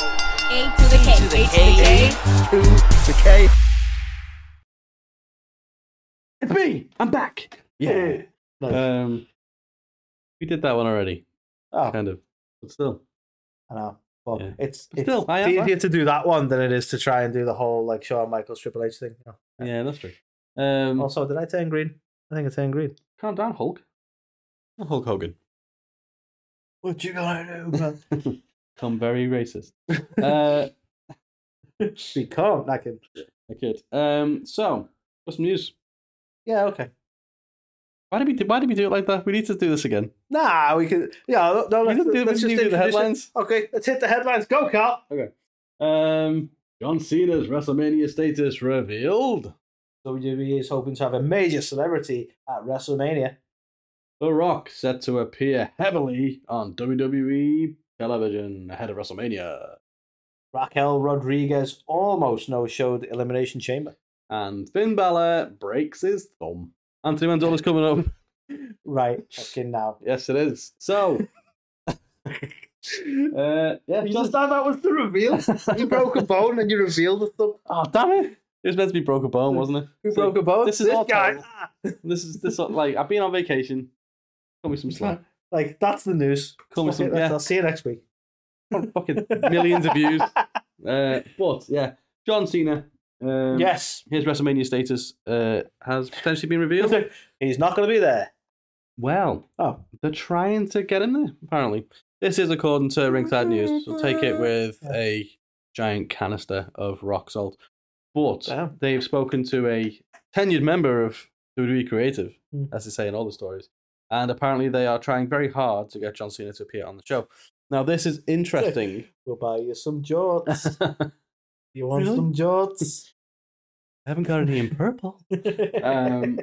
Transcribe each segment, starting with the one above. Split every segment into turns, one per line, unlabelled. A to the K.
to the K.
to the K. It's me. I'm back. Yeah. Ah.
Nice.
Um, we did that one already,
Oh,
kind of, but still.
I know. But
Yeah.
it's,
But
it's
still, I am
easier
back.
to do that one than it is to try and do the whole like Shawn Michaels Triple H thing. you know.
Yeah, that's true. Um,
Also, did I turn green? I think I turned green.
calm down, Hulk. I'm Hulk Hogan.
What you gonna do, man?
Become very racist. uh,
Become like him.
I kid. Um, so, got some news.
Yeah, okay.
Why did we do, Why did we do it like that? We need to do this again.
Nah, we could. Yeah, no, no
We
let's,
didn't do,
let's
we
just
didn't do the
introduce it.
headlines.
Okay, let's hit the headlines. Go, Carl.
Um, John Cena's WrestleMania status revealed.
WWE E is hoping to have a major celebrity at WrestleMania.
The Rock set to appear heavily on WWE television ahead of WrestleMania.
Raquel Rodriguez almost no showed Elimination Chamber.
And Finn Balor breaks his thumb. Anthony Mandela's coming up.
Right, fucking now.
Yes, it is. So, uh, yeah,
You
John-
just thought that was the reveal. You broke a bone and you revealed the thumb.
Oh damn it! It was meant to be broke a bone, wasn't it?
Who
So,
broke a bone?
this is all
guy.
terrible. This is this uh, like I've been on vacation. Cut me some slack.
Like that's the news.
Call me
Fuck it,
some-
that's-
yeah.
I'll see you next week.
Fucking millions of views. Uh, but yeah, John Cena. Um,
yes,
his WrestleMania status uh, has potentially been revealed.
he's not going to be there.
well,
Oh,
they're trying to get him there. Apparently, this is according to Ringside News. So take it with a giant canister of rock salt. But
Damn.
they've spoken to a tenured member of WWE Creative,
Mm.
as they say in all the stories, and apparently they are trying very hard to get John Cena to appear on the show. Now, this is interesting.
we'll buy you some jorts.
I
you want
Really?
some jorts?
haven't got any in purple. Um,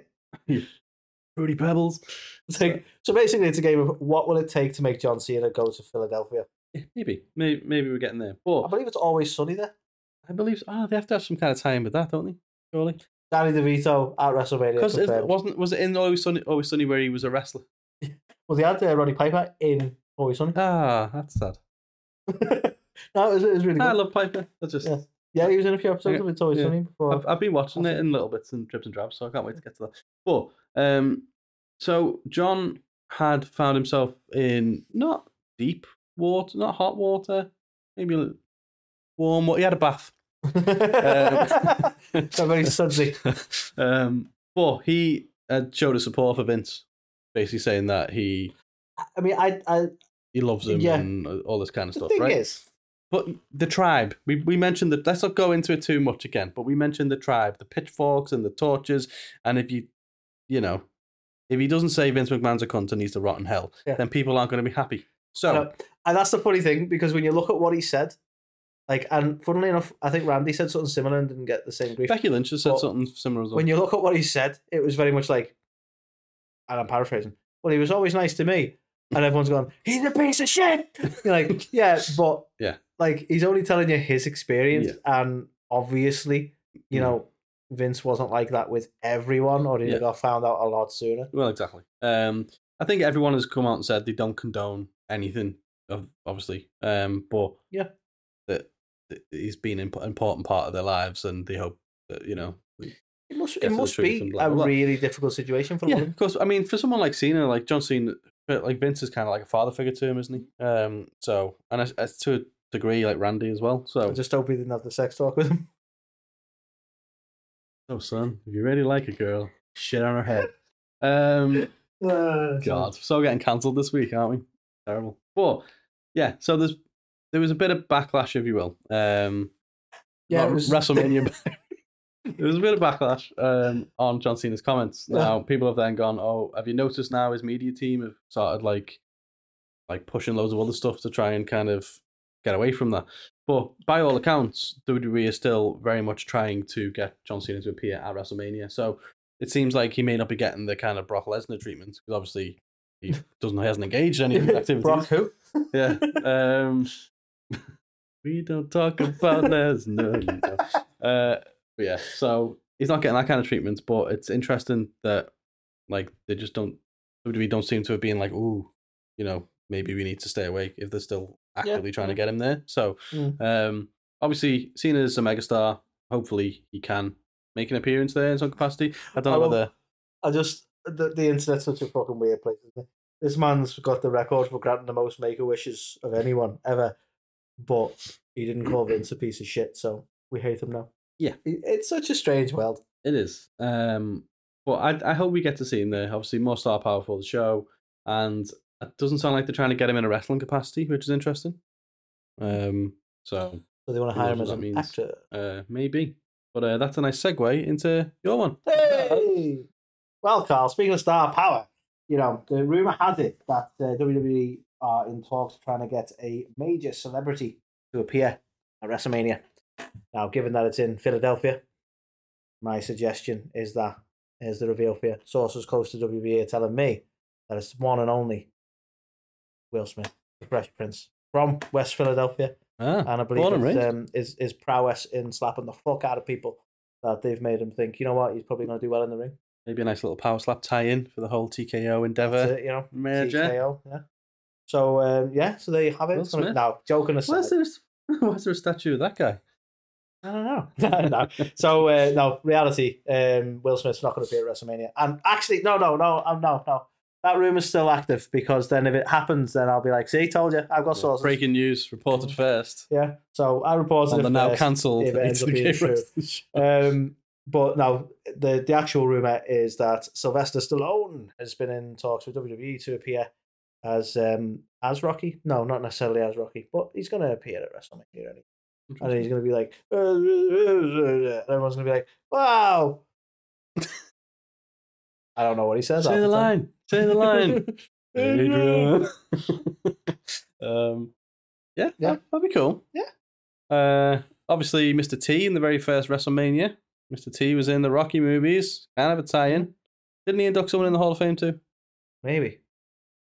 Fruity Pebbles.
so, so basically, it's a game of what will it take to make John Cena go to Philadelphia?
Yeah, Maybe, maybe, maybe we're getting there.
I
But
believe it's always sunny there.
I believe ah, they have to have some kind of tie-in with that, don't they? Surely,
Danny DeVito at WrestleMania.
because it
confirmed.
wasn't was it in Always Sunny, Always Sunny where he was a wrestler?
Well, they had uh, Roddy Piper in Always Sunny.
Ah, that's sad.
no, it was, it was really
I
good.
love Piper. I just
Yeah. Yeah, he was in a few episodes
Ah, Yeah,
of It's Always
yeah.
Sunny before.
I've, I've been watching it in little bits and drips and drabs, so I can't wait to get to that. But um, so John had found himself in not deep water, not hot water, maybe l- warm. Water. He had a bath. Um,
so very sudsy.
um, but he uh, showed his support for Vince, basically saying that he
I mean, I, I
he loves him
Yeah.
and all this kind of
the
stuff,
thing
right?
is,
But the tribe, we, we mentioned that. Let's not go into it too much again. But we mentioned the tribe, the pitchforks and the torches. And if you, you know, if he doesn't say Vince McMahon's a cunt and he's the rotten hell,
Yeah.
then people aren't going to be happy.
I
So
know. and that's the funny thing because when you look at what he said, like, and funnily enough, I think Randy said something similar and didn't get the same grief.
Becky Lynch has said
But
something similar as well.
When you look at what he said, it was very much like, and I'm paraphrasing. Well, he was always nice to me, and everyone's gone. He's a piece of shit. You're like, yeah, but
Yeah.
like he's only telling you his experience, and obviously, you
Mm.
know, Vince wasn't like that with everyone, or he'd
Yeah.
have got found out a lot sooner.
well, exactly. Um, I think everyone has come out and said they don't condone anything, of obviously. Um, but
Yeah.
that that he's been an imp- important part of their lives, and they hope that you know
It must,
Get
it
to the
must
truth
be
and blah,
a
blah, blah.
really difficult situation for
Yeah,
him.
of course. I mean, for someone like Cena, like John Cena, but like Vince is kind of like a father figure to him, isn't he? Um, so and as, as to a degree, like Randy as well.
I
So,
just hope he didn't have the sex talk with him.
oh son, if you really like a girl, shit on her head. Um, God, so getting cancelled this week, aren't we? Terrible. But yeah, so there's there was a bit of backlash, if you will. Um,
Yeah,
not
it was,
WrestleMania. there was a bit of backlash um, on John Cena's comments.
Yeah.
Now people have then gone, "Oh, have you noticed now his media team have started like, like pushing loads of other stuff to try and kind of get away from that." But by all accounts, WWE is still very much trying to get John Cena to appear at WrestleMania. So it seems like he may not be getting the kind of Brock Lesnar treatment because obviously he doesn't he hasn't engaged in any of the activities.
Brock who?
Yeah. Um, we don't talk about Lesnar. you know. Uh, but yeah. So he's not getting that kind of treatment, but it's interesting that like they just don't WWE don't seem to have been like, ooh, you know, maybe we need to stay awake if they're still actively trying to get him there. So
Mm.
um, obviously Cena is a megastar. Hopefully, he can make an appearance there in some capacity. I don't
I
know
love-
whether
I just the, the internet's such a fucking weird place. Isn't it? This man's got the record for granting the most make a wishes of anyone ever, but he didn't call Vince a piece of shit, so we hate him now.
Yeah.
It- it's such a strange world.
it is. Um, but I I hope we get to see him there. Obviously, more star power for the show, and it doesn't sound like they're trying to get him in a wrestling capacity, which is interesting. Um, so
So they want to
Who
hire
knows
him
what
as
that
an
means?
actor.
uh, maybe. But uh, that's a nice segue into your one.
Hey! Well, Carl, speaking of star power, you know, the rumor has it that uh, WWE are in talks trying to get a major celebrity to appear at WrestleMania. Now, given that it's in Philadelphia, my suggestion is that is the reveal for you. Sources close to WWE are telling me that it's one and only Will Smith, the Fresh Prince from West Philadelphia
Ah,
and I believe
Born and
his,
raised.
um, his his prowess in slapping the fuck out of people that they've made him think, you know what, he's probably going to do well in the ring.
maybe a nice little power slap tie-in for the whole TKO
That's
endeavor.
it, you know,
Major.
TKO, yeah. So um, yeah, so there you have it.
Will
It's gonna-
Smith.
Now, joking aside,
Where's there, where's there a statue of that guy?
I don't know. no. So uh, no, reality. Um, Will Smith's not going to be at WrestleMania, and actually, no, no, no, um, no, no. That rumor's still active because then if it happens, then I'll be like, see, told you, I've got sources.
Breaking news reported
Mm.
first
Yeah. So I uh, reported
on
it
the now
first.
cancelled.
if it ends up being
ATK
true.
wrestling show.
Um, but no, the the actual rumor is that Sylvester Stallone has been in talks with WWE to appear as um as Rocky. No, not necessarily as Rocky, but he's going to appear at WrestleMania anyway. And then he's going to be like, "Uh, uh, uh, uh," and everyone's going to be like, wow. I don't know what he says.
Say
half
the
time.
line. Say the line. Adrian. um, yeah,
Yeah.
That, would be cool. Yeah. Uh, obviously, Mr. T in the very first WrestleMania. Mr. T was in the Rocky movies. Kind of a tie-in. Didn't he induct someone in the Hall of Fame too?
Maybe.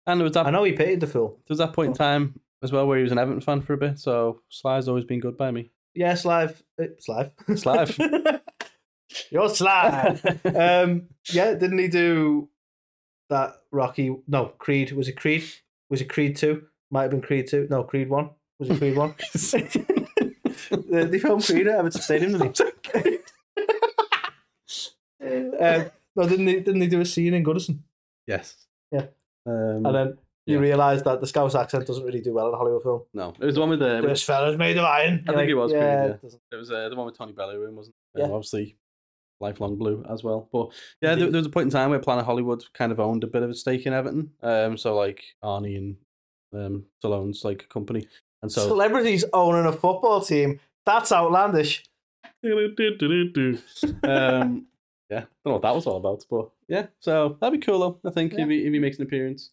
And there was that
I know Oh. he paid the fool.
there was that point in time as well where he was an Everton fan for a bit. So Sly's always been good by me.
Yes, live. It's live. It's
live.
You're Slive. um, yeah, didn't he do that Rocky? No, Creed. Was it Creed? Was it Creed 2? Might have been Creed 2. No, Creed 1. Was it Creed 1? they, they filmed Creed at Everton Stadium, didn't they? um, no, didn't they, didn't they do a scene in Goodison?
yes.
Yeah.
Um,
And then you
Yeah.
realise that the Scouse accent doesn't really do well in a Hollywood film.
no, it was the one with the.
This fella's made of iron.
I
You're
think it was Creed,
yeah,
yeah.
it doesn't-
It was uh, the one with Tony Bellew in, wasn't it?
Yeah.
Um, obviously, lifelong blue as well. But yeah, there,
Indeed.
there was a point in time where Planet Hollywood kind of owned a bit of a stake in Everton. Um, so like Arnie and um Stallone's like company, and so
Celebrities owning a football team. That's outlandish.
um, yeah, don't know what that was all about, but yeah, so that'd be cool though. I think
Yeah.
if, he, if he makes an appearance,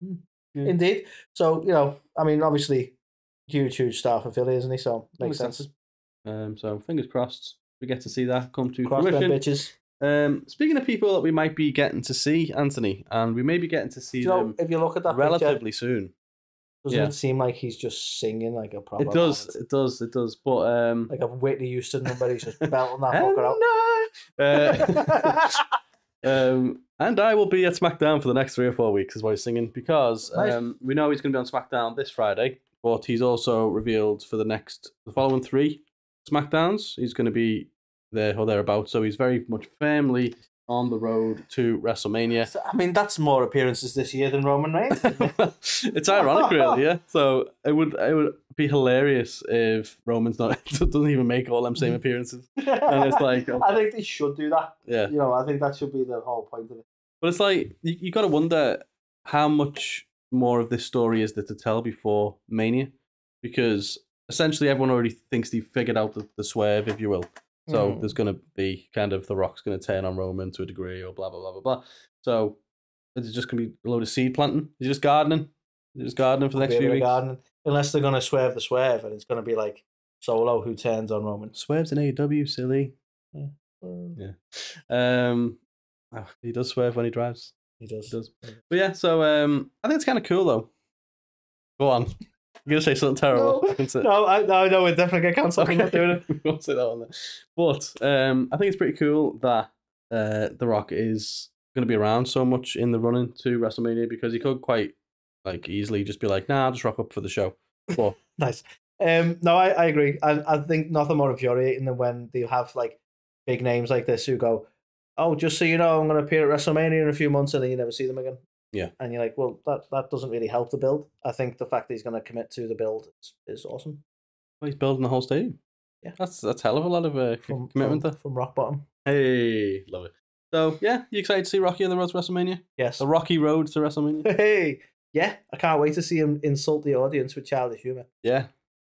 Yeah.
Indeed. So, you know, I mean, obviously, huge, huge star for Philly, isn't he? So,
Always
makes sense.
sensible. Um, so fingers crossed we get to see that come to
Cross them
fruition.
bitches.
Um, speaking of people that we might be getting to see, Anthony, and we may be getting to
Do
see
you
them
know, if you look at that picture,
um, relatively soon.
doesn't
yeah.
it seem like he's just singing like a proper
It does,
ballad?
it does, it does. But um,
Like a Whitney Houston number, he's just belting that
and
fucker out.
I, uh, um, and I will be at SmackDown for the next three or four weeks, is why he's singing, because
Nice.
um, we know he's going to be on SmackDown this Friday, but he's also revealed for the next, the following three SmackDowns, he's going to be there or thereabouts. So he's very much firmly on the road to WrestleMania.
So, I mean, that's more appearances this year than Roman Reigns.
it's ironic, really, yeah. So it would it would be hilarious if Roman's not doesn't even make all them same appearances, and it's like,
I think they should do that.
yeah.
You know, I think that should be the whole point of it.
But it's like you, you got to wonder how much more of this story is there to tell before Mania, because essentially everyone already thinks they've figured out the, the swerve, if you will. So
Mm.
there's going to be kind of the Rock's going to turn on Roman to a degree, or blah blah blah blah blah. So is it just going to be a load of seed planting? Is it just gardening? Is it just gardening for the next
Be a bit
few
of
weeks?
gardening. Unless they're going to swerve the swerve and it's going to be like Solo who turns on Roman.
Swerves in AEW, silly. Mm. Um, oh, he does swerve when he drives.
He does.
He does. But yeah, so um, I think it's kind of cool though. Go on. You're gonna say something terrible.
No,
I can say-
No, I, no, no, we're definitely get cancelled.
Okay.
I'm not doing it.
we won't say that one. Then. But um, I think it's pretty cool that uh, The Rock is going to be around so much in the running to WrestleMania because he could quite like easily just be like, "Nah, I'll just rock up for the show." But
Nice. Um, no, I, I agree. I, I think nothing more infuriating than when they have like big names like this who go, "Oh, just so you know, I'm going to appear at WrestleMania in a few months," and then you never see them again.
Yeah.
and you're like, "Well, that that doesn't really help the build." I think the fact that he's going to commit to the build is, is awesome.
Well, he's building the whole stadium.
Yeah.
that's that's hell of a lot of uh, c-
From
commitment
from, from rock bottom.
there. Hey, love it. So yeah, you excited to see Rocky on the road to WrestleMania?
Yes.
The Rocky Road to WrestleMania.
Hey, yeah, I can't wait to see him insult the audience with childish humor.
yeah,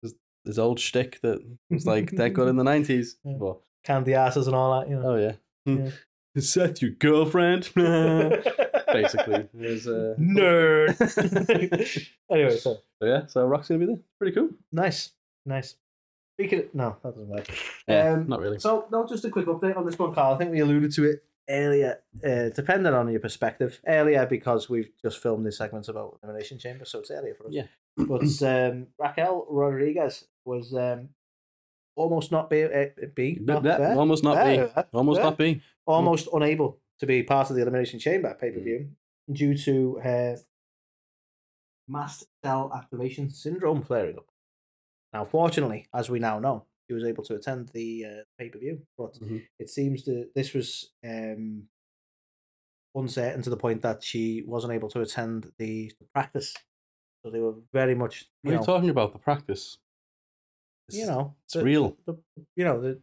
his, his old shtick that was like that good in the nineties.
Yeah. candy asses and all that, you know.
Oh yeah.
Yeah.
Is that your girlfriend? Oh. Basically, there's uh,
Nerd. anyway, so
so yeah. So Rock's gonna be there. Pretty cool.
nice, nice. Speaking of, no, that doesn't work.
Yeah,
Um,
not really.
So, no, just a quick update on this one, Carl. I think we alluded to it earlier, uh, depending on your perspective, earlier because we've just filmed these segments about Elimination Chamber, so it's earlier for us.
Yeah.
But um, Raquel Rodriguez was um, almost not be, uh, be
That-
not
that-
there.
almost not be.
There.
Almost
Yeah.
not be.
almost unable to be part of the Elimination Chamber
Mm.
pay per view due to her mast cell activation syndrome flaring up. Now, fortunately, as we now know, she was able to attend the uh, pay per view, but
Mhm.
it seems that this was um, uncertain to the point that she wasn't able to attend the practice. So they were very much,
What
you
are
know,
you talking about? The practice. This
you
is-
know,
it's
the-
real.
the you know the,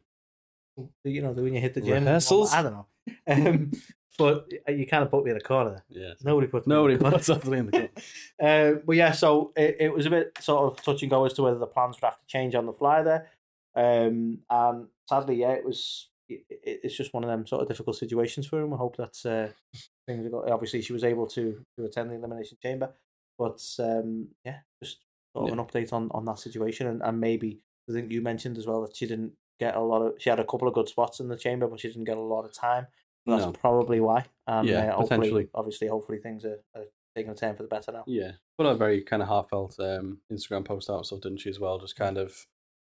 the you know the, when you hit the gym and all that,
Rehearsals?
I don't know, um, but you kind of put me in a corner. There.
Yeah.
Nobody put me in a
Nobody
corner.
puts something in the cup.
Uh, but yeah, so it, it was a bit sort of touch and go as to whether the plans would have to change on the fly there. Um, and sadly, yeah, it was. It, it- it's just one of them sort of difficult situations for him. I hope that uh, things are go- Obviously, she was able to to attend the elimination chamber, but um, yeah, just sort of an update on on that situation and, and maybe I think you mentioned as well that she didn't get a lot of. She had a couple of good spots in the chamber, but she didn't get a lot of time. That's
No.
probably why. And,
Yeah,
uh, hopefully-
potentially.
Obviously, hopefully things are, are taking a turn for the better now.
Yeah, put a very kind of heartfelt um, Instagram post out and stuff, didn't she? As well, just kind of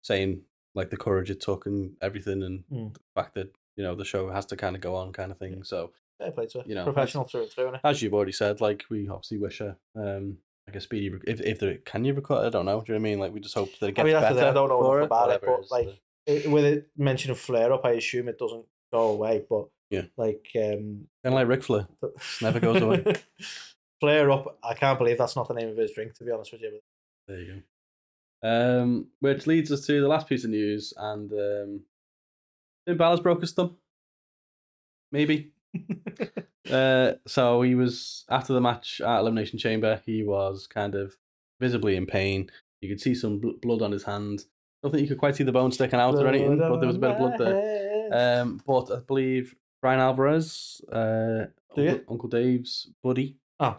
saying like the courage it took and everything, and
Mm.
the fact that you know the show has to kind of go on, kind of thing. So,
Fair play to her.
You know,
professional through and through. innit?
as you've already said, like we obviously wish her um, like a speedy. Rec- if if there can you record, I don't know. Do you know what I mean? Like we just hope that it
I
gets
mean, that's the
better.
thing, I don't know
for
enough
her,
about it,
whatever
but
is
like it- with it mention of flare up, I assume it doesn't go away. But
Yeah.
like um,
kind of like Ric Flair.
th-
Never goes away.
flare up. I can't believe that's not the name of his drink. To be honest with you,
There you go. Um, which leads us to the last piece of news, and um, Finn Balor's broke his thumb. Maybe. uh, so he was after the match at Elimination Chamber. He was kind of visibly in pain. You could see some bl- blood on his hand. I don't think you could quite see the bone sticking out or anything, but there was a bit of blood there.
there.
Um, but I believe Brian Alvarez, uh,
Do you?
Uncle, Uncle Dave's buddy,
Oh.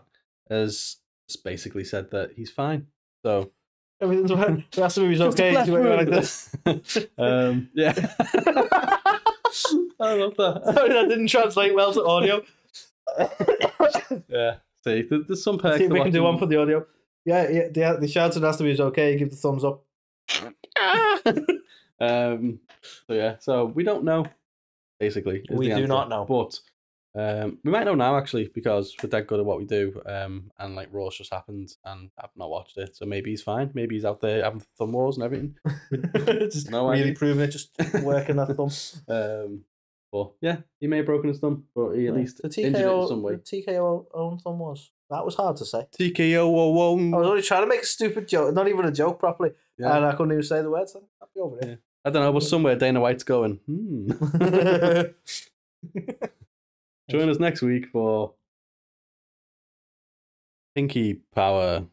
has basically said that he's fine. So
Everything's fine. We asked him if he's okay. He went like this.
um, yeah. I love that.
Sorry, that didn't translate well to audio.
Yeah. See, there- there's some perks.
See if
to
we can do one
watching-
for the audio. Yeah, yeah. The, the shouting has to be okay. Give the thumbs up.
um, so yeah, so we don't know. Basically, is
We
the
do
answer.
not know.
but um, we might know now actually because we're that good at what we do. Um, and like Raw's just happened, and I've not watched it, so maybe he's fine. Maybe he's out there having thumb wars and everything.
just
No
really
idea.
proving it, just working that thumb.
Um, but yeah, he may have broken his thumb, but he at least
the
injured it in some way.
TKO, the TKO own thumb was. That was hard to say.
TKO
I was only trying to make a stupid joke, not even a joke properly,
Hmm. Yeah.
and I couldn't even say the words. I'd be over it.
I don't know, but somewhere Dana White's going, hmm. Join us next week for Pinky Power.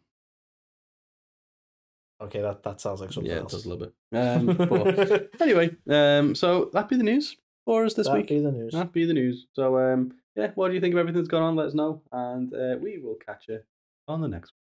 okay, that, that sounds like something
yeah,
else.
it does a little bit. Um, but anyway, um, so that be the news for us this
That'd
week.
be the news.
That be the news. So, um, yeah, what do you think of everything that's gone on? Let us know, and uh, we will catch you on the next one.